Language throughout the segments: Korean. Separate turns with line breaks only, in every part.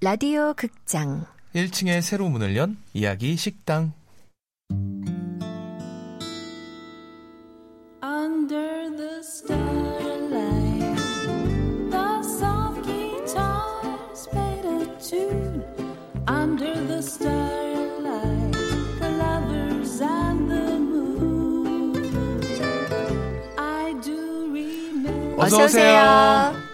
라디오 극장
1층에 새로 문을 연 이야기 식당.
Under the starlight, the soft guitars played a tune. Under the starlight, the lovers and the moon. I do remember.
어서 오세요.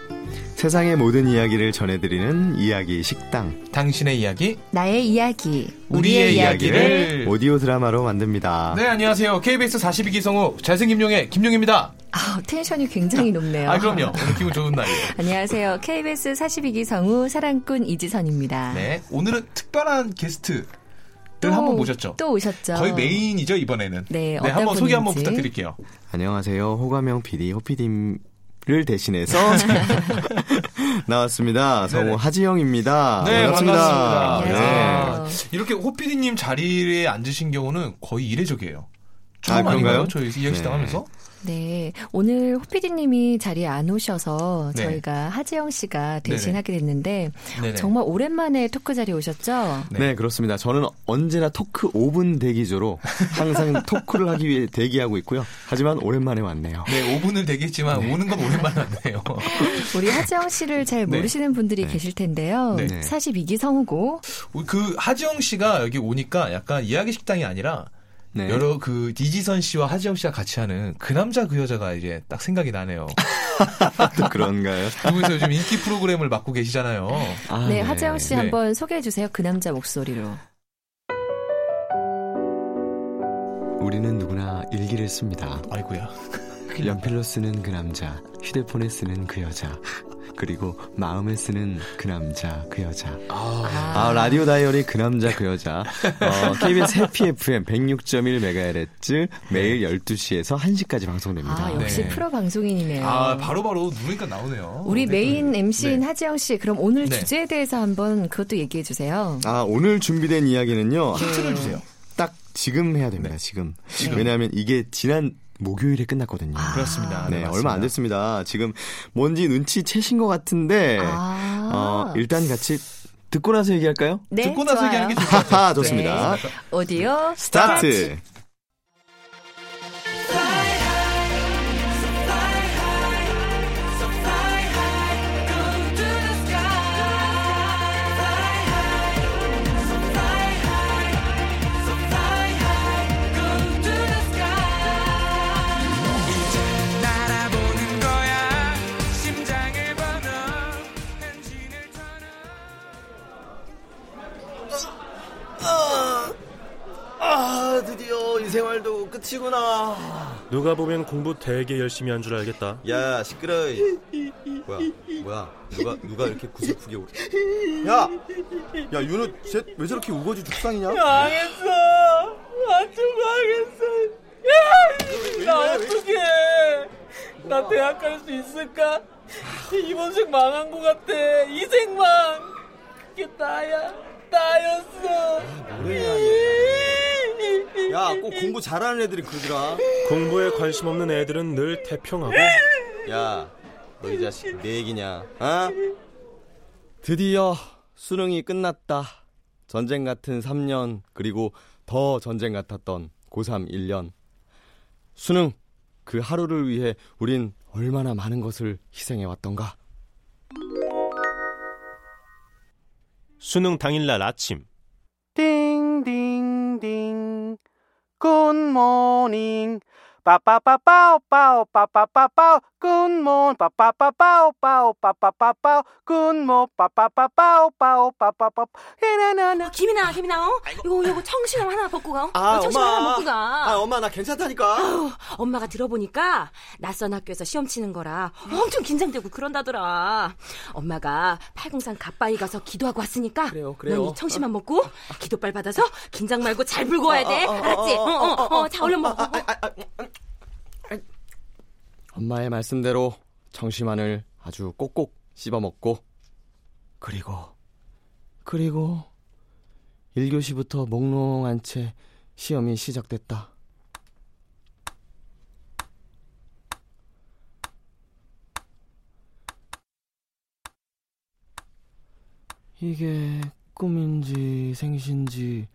세상의 모든 이야기를 전해드리는 이야기 식당
당신의 이야기,
나의 이야기
우리의, 이야기를.
오디오 드라마로 만듭니다.
네, 안녕하세요. KBS 42기 성우 잘생김용의 김용입니다.
아, 텐션이 굉장히 높네요.
아, 그럼요. 오늘 기분 좋은 날이에요.
안녕하세요. KBS 42기 성우 사랑꾼 이지선입니다.
네, 오늘은 특별한 게스트를
또-
한번 모셨죠.
또 오셨죠.
거의 메인이죠, 이번에는.
네, 어떤
한번 소개 한번
분인지.
부탁드릴게요.
안녕하세요 호감형 PD 호피디를 대신해서 나왔습니다. 성우
네. 네네.
하지영입니다.
네, 반갑습니다.
안녕하세요.
네. 이렇게 호피디님 자리에 앉으신 경우는 거의 이례적이에요. 처음
아,
닌가
그런가요?
요 저희
네.
이야기식당 하면서?
네. 오늘 호피디님이 자리에 안 오셔서
네.
저희가 하지영 씨가 대신하게 됐는데
네네.
정말 오랜만에 토크 자리에 오셨죠?
네. 네, 그렇습니다. 저는 언제나 토크 5분 대기조로 항상 토크를 하기 위해 대기하고 있고요. 하지만 오랜만에 왔네요.
네, 5분을 되겠지만 오는 건 오랜만에 왔네요.
우리 하지영 씨를 잘
아, 네.
모르시는 분들이 계실 텐데요.
네.
42기 성우고
그 하지영 씨가 여기 오니까 약간 이야기 식당이 아니라
네.
여러 그 이지선 씨와 하지영 씨가 같이 하는 그 남자 그 여자가 이제 딱 생각이 나네요.
또 그런가요?
아, 그분에서 요즘 인기 프로그램을 맡고 계시잖아요.
아,
네, 하지영 씨
네.
한번 소개해 주세요. 그 남자 목소리로.
우리는 누구나 일기를 씁니다.
아이고야.
연필로 쓰는 그 남자, 휴대폰에 쓰는 그 여자, 그리고 마음에 쓰는 그 남자, 그 여자. 아, 라디오 다이어리 그 남자, 그 여자. 어, KBS 해피 FM 106.1MHz 매일 12시에서 1시까지 방송됩니다.
아, 역시
네.
프로 방송인이네요.
아, 바로바로 누르니까 나오네요.
우리 메인 MC인
네.
하지영 씨, 그럼 오늘
네.
주제에 대해서 한번 그것도 얘기해 주세요.
아, 오늘 준비된 이야기는요.
힌트를 주세요.
딱 지금 해야
네.
됩니다. 지금. 왜냐하면 이게 지난 목요일에 끝났거든요.
아, 그렇습니다.
네,
맞습니다.
얼마 안 됐습니다. 지금 뭔지 눈치 채신 것
네.
같은데,
아.
어, 일단 같이 듣고 나서 얘기할까요?
네,
듣고 나서
좋아요.
얘기하는 게 좋을 것 같아요.
하하, 좋습니다.
네. 어디요?
스타트!
날아보는 거야 심장을 번호 엔진을 터는
아 드디어 이 생활도 끝이구나
누가 보면 공부 되게 열심히 한 줄 알겠다.
야 시끄러 이 뭐야 뭐야 누가 누가 이렇게 구석구게 울어 야야 윤호 쟤왜 저렇게 우거지 죽상이냐
망했어 완전 망했어 야, 나 어떡해 나 대학 갈 수 있을까 이번 생 망한 것 같아 이 생망 그게 나야 나였어
야꼭 공부 잘하는 애들이 그러더라
공부에 관심 없는 애들은 늘 태평하고
야너 이 자식 내 얘기냐 어? 드디어 수능이 끝났다 전쟁 같은 3년 그리고 더 전쟁 같았던 고3 1년 수능 그 하루를 위해 우린 얼마나 많은 것을 희생해 왔던가
수능 당일날 아침
딩딩딩 굿모닝 빠빠빠빠오 빠오 빠빠빠빠오 굿모닝 빠빠빠빠오 빠오 빠빠빠빠오 굿모 빠빠빠빠오 빠오 빠빠빠빠 헤나나나
김이나 김이나 어? 이거 이거 청신함 하나 벗고 가. 어? 이거 청신함 하나 벗고 가.
아 엄마 나 괜찮다니까
엄마가 들어보니까 낯선 학교에서 시험 치는 거라 엄청 긴장되고 그런다더라. 엄마가 팔공산 가빠이 가서 기도하고 왔으니까
그래요, 그래요.
넌이 청심만 먹고 기도빨 받아서 긴장 말고 잘 불고 와야 돼. 알았지? 어, 어 어 어 자 얼른 먹어.
엄마의 말씀대로 청심환을 아주 꼭꼭 씹어먹고 그리고 그리고 1교시부터 몽롱한 채 시험이 시작됐다.
이게 꿈인지 생신지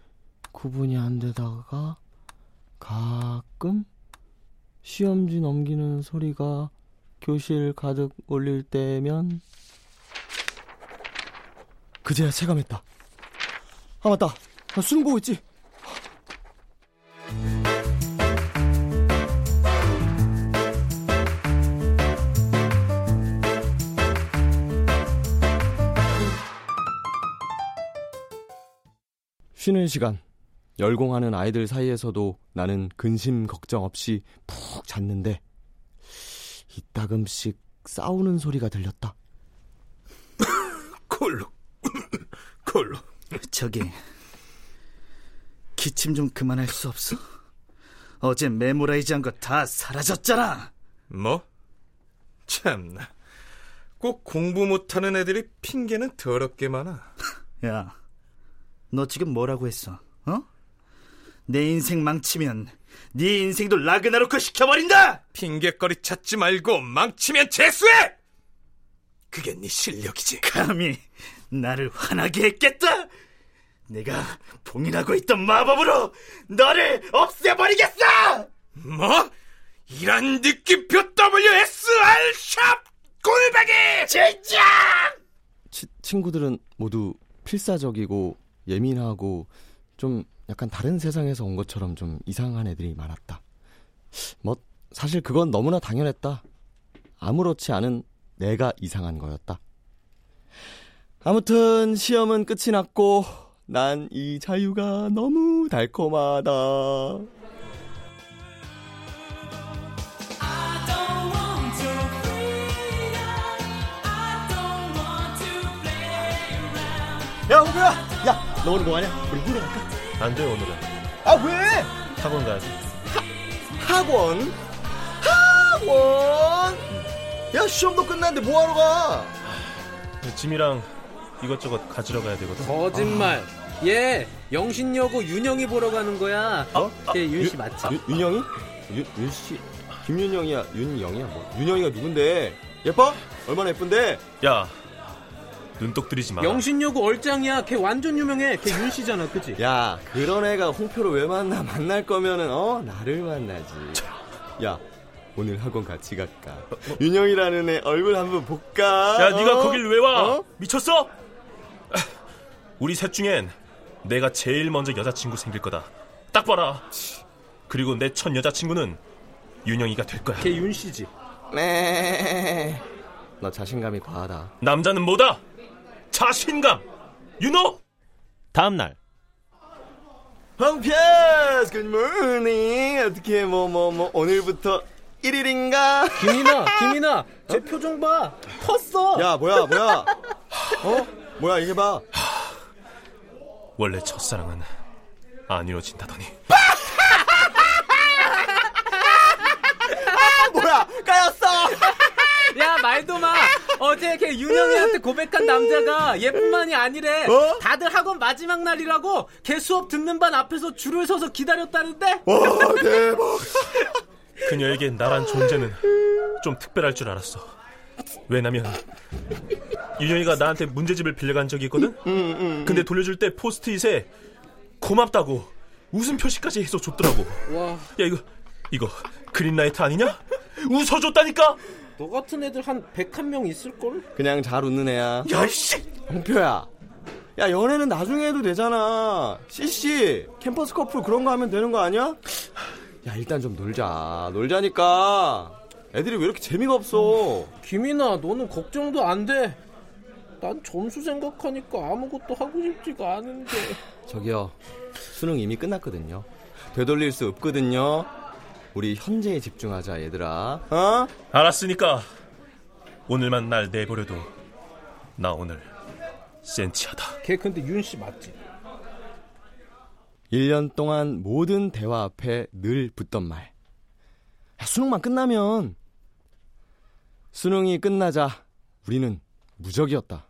구분이 안 되다가 가끔 시험지 넘기는 소리가 교실 가득 울릴 때면
그제야 체감했다. 아 맞다. 나 수능 보고 있지. 쉬는 시간. 열공하는 아이들 사이에서도 나는 근심 걱정 없이 푹 잤는데 이따금씩 싸우는 소리가 들렸다.
콜록 콜록
저기 기침 좀 그만할 수 없어? 어제 메모라이즈 한 거 다 사라졌잖아.
뭐? 참나 꼭 공부 못하는 애들이 핑계는 더럽게 많아
야, 너 지금 뭐라고 했어? 어? 내 인생 망치면 네 인생도 라그나로크 시켜버린다.
핑계거리 찾지 말고 망치면 재수해! 그게 네 실력이지
감히 나를 화나게 했겠다. 내가 봉인하고 있던 마법으로 너를 없애버리겠어.
뭐? 이런 느낌표 WSR 샵 골뱅이
진짜!
치- 친구들은 모두 필사적이고 예민하고 좀 약간 다른 세상에서 온 것처럼 좀 이상한 애들이 많았다. 뭐 사실 그건 너무나 당연했다. 아무렇지 않은 내가 이상한 거였다. 아무튼 시험은 끝이 났고 난 이 자유가 너무 달콤하다. 야 호구야, 야 너 오늘 뭐하냐? 우리 물에 갈까?
안 돼, 오늘은.
아 왜?
학원 가야지.
학원? 학원? 아, 야 시험도 끝났는데 뭐하러 가?
짐이랑 이것저것 가지러 가야 되거든.
거짓말. 얘 영신여고 윤영이 보러 가는 거야.
어?
걔 윤씨 맞지?
윤, 영이 윤, 윤씨? 김윤영이야, 윤영이야, 뭐. 윤영이가 누군데? 예뻐? 얼마나 예쁜데?
야, 눈독 들이지
아.
마.
영신여고 얼짱이야. 걔 완전 유명해. 걔 윤씨잖아, 그치?
야, 그런 애가 홍표를 왜 만나? 만날 거면은, 어, 나를 만나지. 야, 오늘 학원 같이 갈까? 윤영이라는 애 얼굴 한번 볼까?
어, 뭐. 야,
어?
네가 거길 왜 와?
어?
미쳤어? 우리 셋 중엔 내가 제일 먼저 여자친구 생길 거다. 딱 봐라. 그리고 내 첫 여자친구는 윤영이가 될 거야.
걔 윤씨지.
네. 나 자신감이 과하다.
남자는 뭐다? 자신감. 윤호. 다음 날.
황피아스, 굿모닝. 어떻게, 뭐, 뭐, 뭐, 오늘부터 1일인가?
김이나, 김이나, 제 표정 봐. 텄어.
야, 뭐야, 뭐야. 어? 뭐야, 이게 봐.
원래 첫사랑은 안 이루어진다더니.
뭐야, 까였어!
야 말도 마 어제 걔 윤영이한테 고백한 남자가 얘뿐만이 아니래
어?
다들 학원 마지막 날이라고 걔 수업 듣는 반 앞에서 줄을 서서 기다렸다는데
와, 대박.
그녀에게 나란 존재는 좀 특별할 줄 알았어. 왜냐면 윤영이가 나한테 문제집을 빌려간 적이 있거든. 근데 돌려줄 때 포스트잇에 고맙다고 웃음 표시까지 해서 줬더라고.
와
야 이거 이거 그린라이트 아니냐? 웃어줬다니까.
너 같은 애들 한 101명 있을걸?
그냥 잘 웃는 애야.
야이씨.
홍표야. 야, 연애는 나중에 해도 되잖아. CC, 캠퍼스 커플 그런 거 하면 되는 거 아니야? 야, 일단 좀 놀자. 놀자니까. 애들이 왜 이렇게 재미가 없어?
김이나 너는 걱정도 안돼난 점수 생각하니까 아무것도 하고 싶지가 않은데
저기요. 수능 이미 끝났거든요. 되돌릴 수 없거든요. 우리 현재에 집중하자, 얘들아. 어?
알았으니까 오늘만 날 내버려둬. 나 오늘 센치하다.
걔 근데 윤씨 맞지?
1년 동안 모든 대화 앞에 늘 붙던 말. 야, 수능만 끝나면 수능이 끝나자 우리는 무적이었다.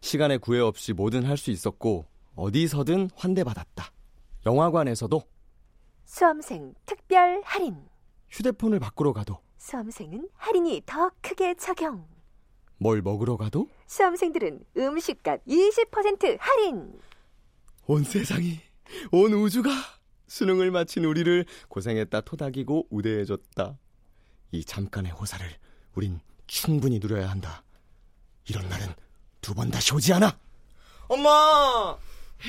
시간의 구애 없이 뭐든 할 수 있었고 어디서든 환대받았다. 영화관에서도
수험생 특별 할인.
휴대폰을 밖으로 가도
수험생은 할인이 더 크게 적용.
뭘 먹으러 가도
수험생들은 음식값 20% 할인.
온 세상이, 온 우주가 수능을 마친 우리를 고생했다 토닥이고 우대해줬다. 이 잠깐의 호사를 우린 충분히 누려야 한다. 이런 날은 두 번 다시 오지 않아! 엄마!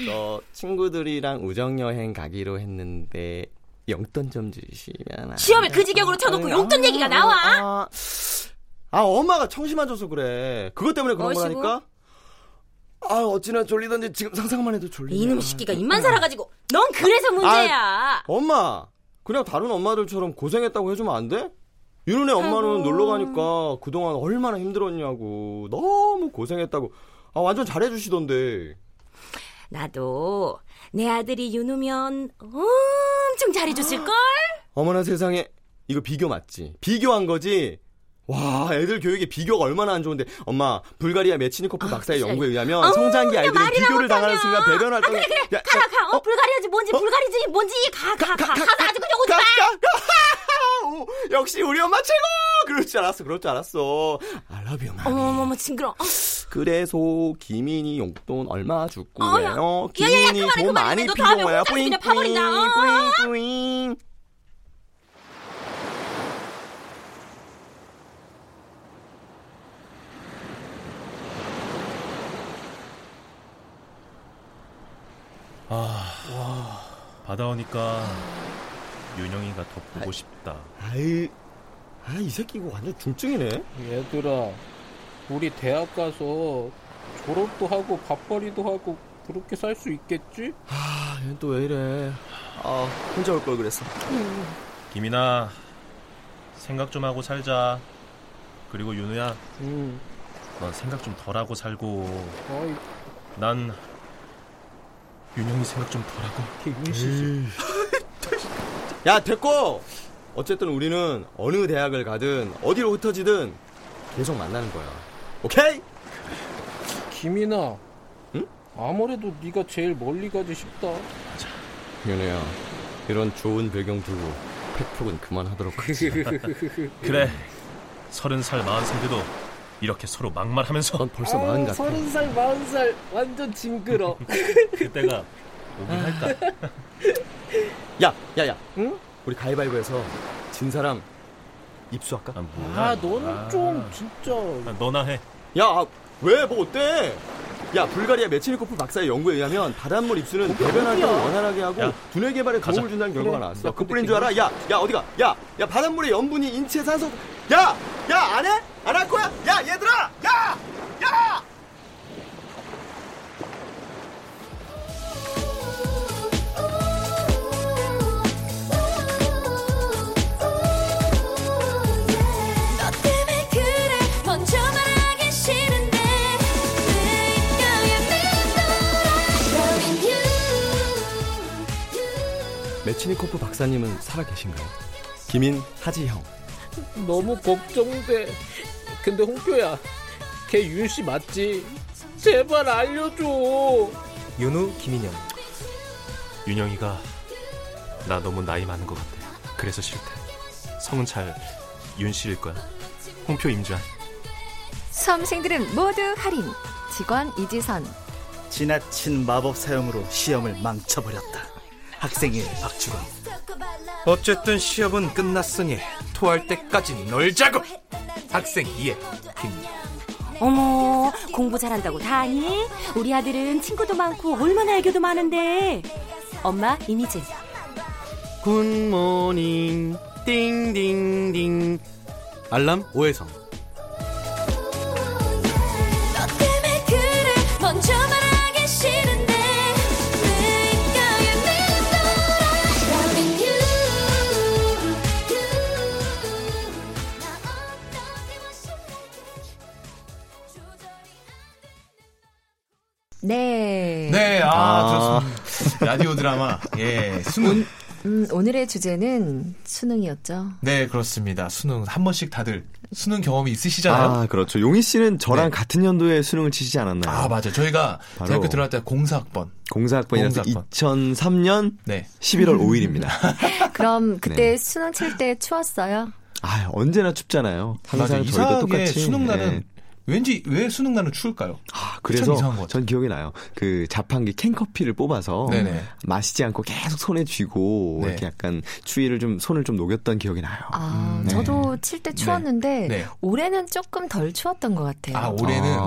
너 친구들이랑 우정여행 가기로 했는데 용돈 좀 주시면 안
시험을 그 지경으로 쳐놓고 용돈 얘기가 나와?
아 엄마가 청심환줘서 그래 그것 때문에 그런
뭐시고?
거라니까 아 어찌나 졸리던지 지금 상상만 해도 졸리네
이놈 새끼가 입만 살아가지고 넌 그래서 문제야.
엄마 그냥 다른 엄마들처럼 고생했다고 해주면 안 돼? 윤은혜 엄마는
아이고.
놀러 가니까 그동안 얼마나 힘들었냐고 너무 고생했다고 아 완전 잘해주시던데
나도 내 아들이 윤우면 엄청 잘해줬을걸?
어머나 세상에 이거 비교 맞지? 비교한 거지? 와 애들 교육에 비교가 얼마나 안 좋은데 엄마 불가리아 메치니코프 박사의 연구에 의하면
아우,
성장기
또
아이들은
말이나 아,
비교를 당하는 순간 배변 활동
그래 그래 가라 가. 어, 불가리아지 뭔지 불가리지 뭔지 가 가 가 가, 가, 서 아주 그냥 오지 마.
오, 역시 우리 엄마 최고! 그럴 줄 알았어 그럴 줄 알았어 I love you
어머 어머 어머 징그러. 어.
그래서 김인이 용돈 얼마 줄
야.
거예요?
야, 야, 야,
김인이
그만해,
돈
그만해.
많이
너 다음에
필요해요
혼자서
뿌잉
그냥 파버린다.
뿌잉,
어.
뿌잉 뿌잉
아, 바다 오니까 윤영이가 더 보고 싶다.
어?
아이, 아이 새끼 이거 완전 중증이네.
얘들아, 우리 대학 가서 졸업도 하고 밥벌이도 하고 그렇게 살 수 있겠지?
아, 얘 또 왜 이래? 아, 혼자 올 걸 그랬어.
김이나 생각 좀 하고 살자. 그리고 윤우야, 넌 생각 좀 덜하고 살고.
아, 어이.
난 윤영이 생각 좀 덜하고.
야, 됐고! 어쨌든 우리는 어느 대학을 가든 어디로 흩어지든 계속 만나는 거야. 오케이?
김이나, 응? 아무래도 네가 제일 멀리 가지 싶다.
윤우야, 이런 좋은 배경 들고 팩폭은 그만하도록 하지.
그래, 서른 살 마흔 살들도 이렇게 서로 막말하면서. 넌
벌써
아,
어,
서른 살, 마흔 살 완전 징그러.
그때가 오긴 할까?
야, 야, 야.
응?
우리 가위바위보에서 진 사람 입수할까? 아,
아, 너는 좀 진짜.
너나 해.
야, 아, 왜, 뭐 어때? 야, 불가리아 메치니코프 박사의 연구에 의하면 바닷물 입수는 배변 활동을
어디야?
원활하게 하고
야,
두뇌 개발에
가자.
도움을 준다는 결과가
뭐, 그래.
나왔어. 그 뿐인 줄 알아? 야, 야, 어디가? 야, 야, 바닷물의 염분이 인체 산소. 야! 야, 안 해? 안 할 거야? 야, 얘들아! 야! 야!
너 때문에 그래 먼저 말하기 싫은데 내가 왜 믿어라 Loving you
메치니코프 박사님은 살아계신가요? 김인 하지형.
너무 걱정돼. 근데 홍표야, 걔 윤씨 맞지? 제발 알려줘.
윤우, 김인영. 윤영이가 나 너무 나이 많은 것 같아. 그래서 싫대. 성은 잘 윤씨일 거야. 홍표 임주한.
수험생들은 모두 할인. 직원 이지선.
지나친 마법 사용으로 시험을 망쳐버렸다. 학생일 박주광.
어쨌든 시험은 끝났으니 토할 때까지 놀자고. 학생 2회 김.
어머 공부 잘한다고 다 아니? 우리 아들은 친구도 많고 얼마나 애교도 많은데. 엄마 이미진.
굿모닝 띵띵띵 알람 오해성
너 때문에 그래 먼저 말하기 싫은데 내가 왜 믿어라 Loving you
네.
네, 아,
아.
들었습니다. 라디오 드라마. 예, 수능.
음, 오늘의 주제는 수능이었죠.
네, 그렇습니다. 수능. 한 번씩 다들 수능 경험이 있으시잖아요.
아, 그렇죠. 용희 씨는
네.
저랑 같은 연도에 수능을 치지 않았나요?
아, 맞아. 저희가
바로
대학교 들어갈 때 공사학번. 네.
공사학번이라서
공사학번.
2003년
네.
11월 5일입니다.
아,
그럼 그때
네.
수능 칠 때 추웠어요?
아, 언제나 춥잖아요.
맞아.
항상 저희도
이상하게
똑같이.
수능 날은
네.
왠지 왜 수능 날은 추울까요? 아,
그래서 전 기억이 나요. 그 자판기 캔커피를 뽑아서
네네.
마시지 않고 계속 손에 쥐고
네.
이렇게 약간 추위를 좀 손을 좀 녹였던 기억이 나요.
아,
음, 네.
저도 칠 때 추웠는데
네.
올해는 조금 덜 추웠던 것 같아요.
아, 올해는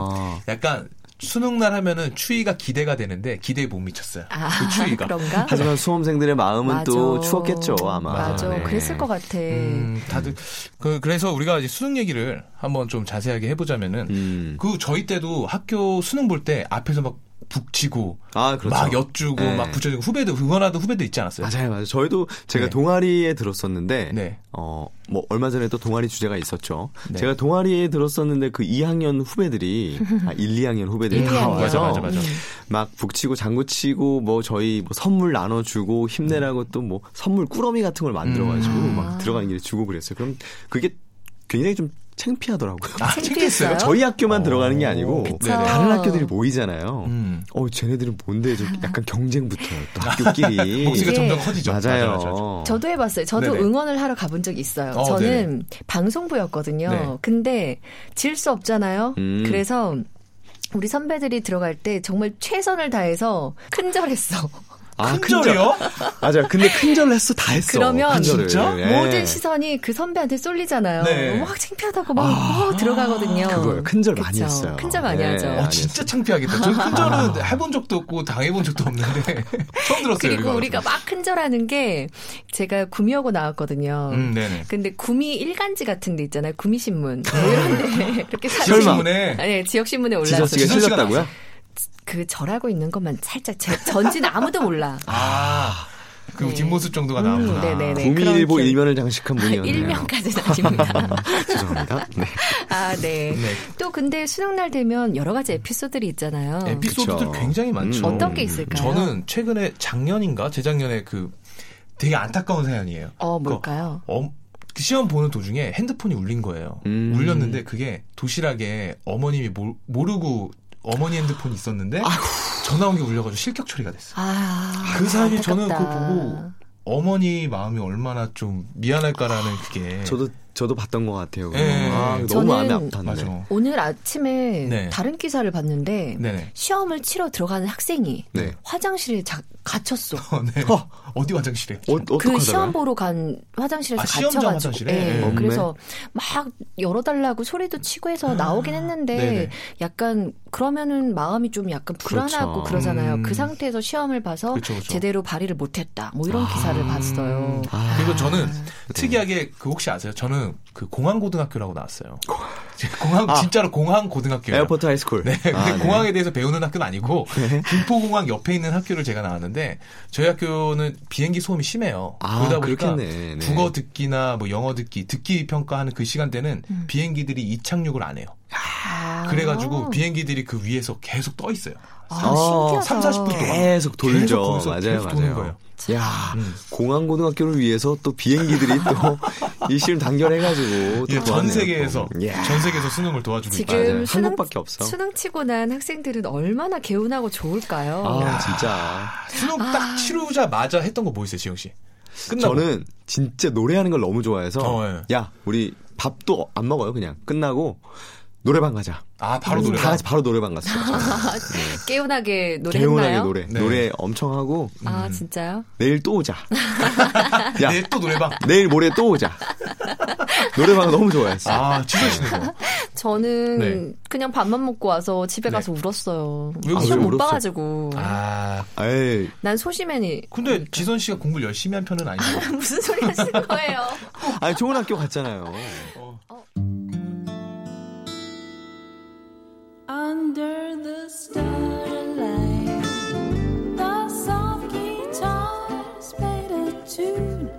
약간 수능 날 하면은 추위가 기대가 되는데 기대에 못 미쳤어요.
아,
그 추위가.
그런가?
하지만 수험생들의 마음은 또
맞아.
추웠겠죠 아마.
맞아,
네.
그랬을 것 같아.
음, 다들 그, 래서 우리가 이제 수능 얘기를 한번 좀 자세하게 해보자면은
음.
그 저희 때도 학교 수능 볼 때 앞에서 막 북치고
그렇죠.
막 엿주고
네.
막 붙여주고 후배들 응원하던 후배들 있지 않았어요?
맞아요, 맞아요. 저희도
네.
제가 동아리에 들었었는데, 어, 뭐, 얼마 전에 또 동아리 주제가 있었죠.
네.
제가 동아리에 들었었는데 그 2학년 후배들이, 아, 1, 2학년 후배들이
일,
다
이학년.
와서
네. 맞아, 맞아, 맞아.
막 북치고 장구치고 뭐 저희 뭐 선물 나눠주고 힘내라고 또 뭐 선물 꾸러미 같은 걸 만들어가지고 막 들어가는 길에 주고 그랬어요. 그럼 그게 굉장히 좀 창피하더라고요.
아, 창피했어요?
저희 학교만 들어가는 게 아니고 네,
그쵸.
다른 학교들이
음.
모이잖아요. 어, 쟤네들은 뭔데 좀 약간 경쟁 붙어요. 또 학교끼리.
복지가 점점
커지죠. 맞아요.
맞아요, 맞아요.
저도 해봤어요. 저도
네네.
응원을 하러 가본 적이 있어요.
어,
저는 방송부였거든요.
네.
근데 질 수 없잖아요.
음.
그래서 우리 선배들이 들어갈 때 정말 최선을 다해서 큰절했어.
아, 큰절이요? 맞아요. 근데 큰절을 했어. 다 했어.
그러면
큰절을. 예.
모든 시선이 그 선배한테 쏠리잖아요.
네.
막 창피하다고 막 어, 들어가거든요.
그거요. 큰절 많이
그쵸.
했어요.
큰절 많이 하죠.
어, 진짜 창피하겠다. 저는 큰절은 해본 적도 없고 당해본 적도 없는데 처음 들었어요.
그리고
이거.
우리가 막 큰절하는 게 제가 구미하고 나왔거든요.
음, 네네.
근데 구미 일간지 같은 데 있잖아요. 구미 신문 뭐 이런데 이렇게 사진-
지역신문에?
아, 네 지역 신문에
지선
올라서
씨가 실렸다고요?
그 절하고 있는 것만 살짝 제- 전지는 아무도 몰라.
아, 그 뒷모습 정도가
음,
나오구나.
네네네. 아,
국민일보 일면을 장식한 분이었네요.
일면까지는 아닙니다.
죄송합니다. 네.
아, 네.
네.
또 근데 수능날 되면 여러 가지 에피소드들이 있잖아요.
에피소드들
음.
굉장히 많죠.
어떤 게 있을까요?
저는 최근에 작년인가 재작년에 그 되게 안타까운 사연이에요.
어, 뭘까요?
어, 그 시험 보는 도중에 핸드폰이 울린 거예요. 울렸는데 그게 도시락에 어머님이 몰- 모르고 어머니 핸드폰이 있었는데 전화 온 게 울려가지고 실격 처리가 됐어.
아,
그 사연이 저는 그거
안타깝다.
보고 어머니 마음이 얼마나 좀 미안할까라는 그게
저도 저도 봤던 것 같아요. 그거.
예.
아, 너무
저는-
마음이 어, 아팠네.
맞아.
오늘 아침에
네.
다른 기사를 봤는데
네네.
시험을 치러 들어가는 학생이
네.
화장실에 자- 갇혔어.
네. 어디 화장실에?
그 시험 보러 간 화장실에서
아, 시험장
갇혀가지고
화장실에?
예,
네.
그래서 막 열어달라고 소리도 치고 해서 나오긴 했는데
아, 네네.
약간 그러면은 마음이 좀 약간 불안하고
그렇죠.
그러잖아요
음.
그 상태에서 시험을 봐서
그렇죠, 그렇죠.
제대로 발휘를 못했다 뭐 이런
아.
기사를 봤어요
그리고 저는 특이하게 그 혹시 아세요? 저는 그 공항 고등학교라고 나왔어요. 공항 진짜로 공항 고등학교예요.
에어포트 하이스쿨.
네, 근데
아, 네.
공항에 대해서 배우는 학교는 아니고 김포공항 옆에 있는 학교를 제가 나왔는데 저희 학교는 비행기 소음이 심해요.
아,
그러다 보니까
그렇겠네. 네.
국어 듣기나 뭐 영어 듣기, 듣기 평가하는 그 시간대는
음.
비행기들이 이착륙을 안 해요.
아.
그래가지고 비행기들이 그 위에서 계속 떠 있어요.
어,
3, 40분 동안
계속
계속
돌죠.
거기서
맞아요,
계속 도는
맞아요.
거예요.
야, 공항 고등학교를 위해서 또 비행기들이 또이 시험 단결해가지고 또
예, 전
도왔네요,
세계에서
또. 야.
전 세계에서 수능을 도와주고
지금
있어요.
수능,
한국밖에 없어.
수능 치고 난 학생들은 얼마나 개운하고 좋을까요?
아, 진짜.
수능
아.
딱 치르자마자 했던 거 뭐 있어요, 지영 씨? 끝나고. 어, 예.
저는 진짜 노래하는 걸 너무 좋아해서 야 우리 밥도 안 먹어요 그냥 끝나고 노래방 가자.
아 바로
다
노래방?
같이 바로 노래방 갔어요.
개운하게
개운하게
노래했나요?
네.
노래 노래 엄청 하고
아
음.
진짜요?
내일 또 오자. 야,
내일 네, 또 노래방.
내일 모레 또 오자. 노래방 너무 좋아했어요.
아 지선 씨는
저는
네.
그냥 밥만 먹고 와서 집에 가서 울었어요.
네. 아, 왜
시험
울었어요?
못 봐가지고
아,
에이.
난 소심해니
근데 지선 씨가 공부를 열심히 한 편은 아니고.
무슨 소리 하시는 거예요?
아니 좋은 학교 갔잖아요.
Under the starlight, the soft guitars played a tune.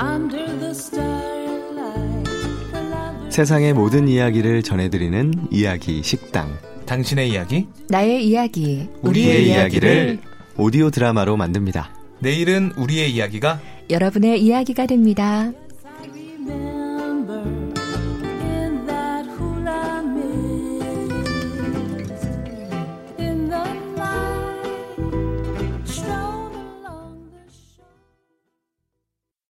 Under the starlight, the lovers.
세상의 모든 이야기를 전해드리는 이야기 식당.
당신의 이야기,
나의 이야기,
우리의 이야기를 오디오 드라마로 만듭니다.
내일은 우리의 이야기가
여러분의 이야기가 됩니다.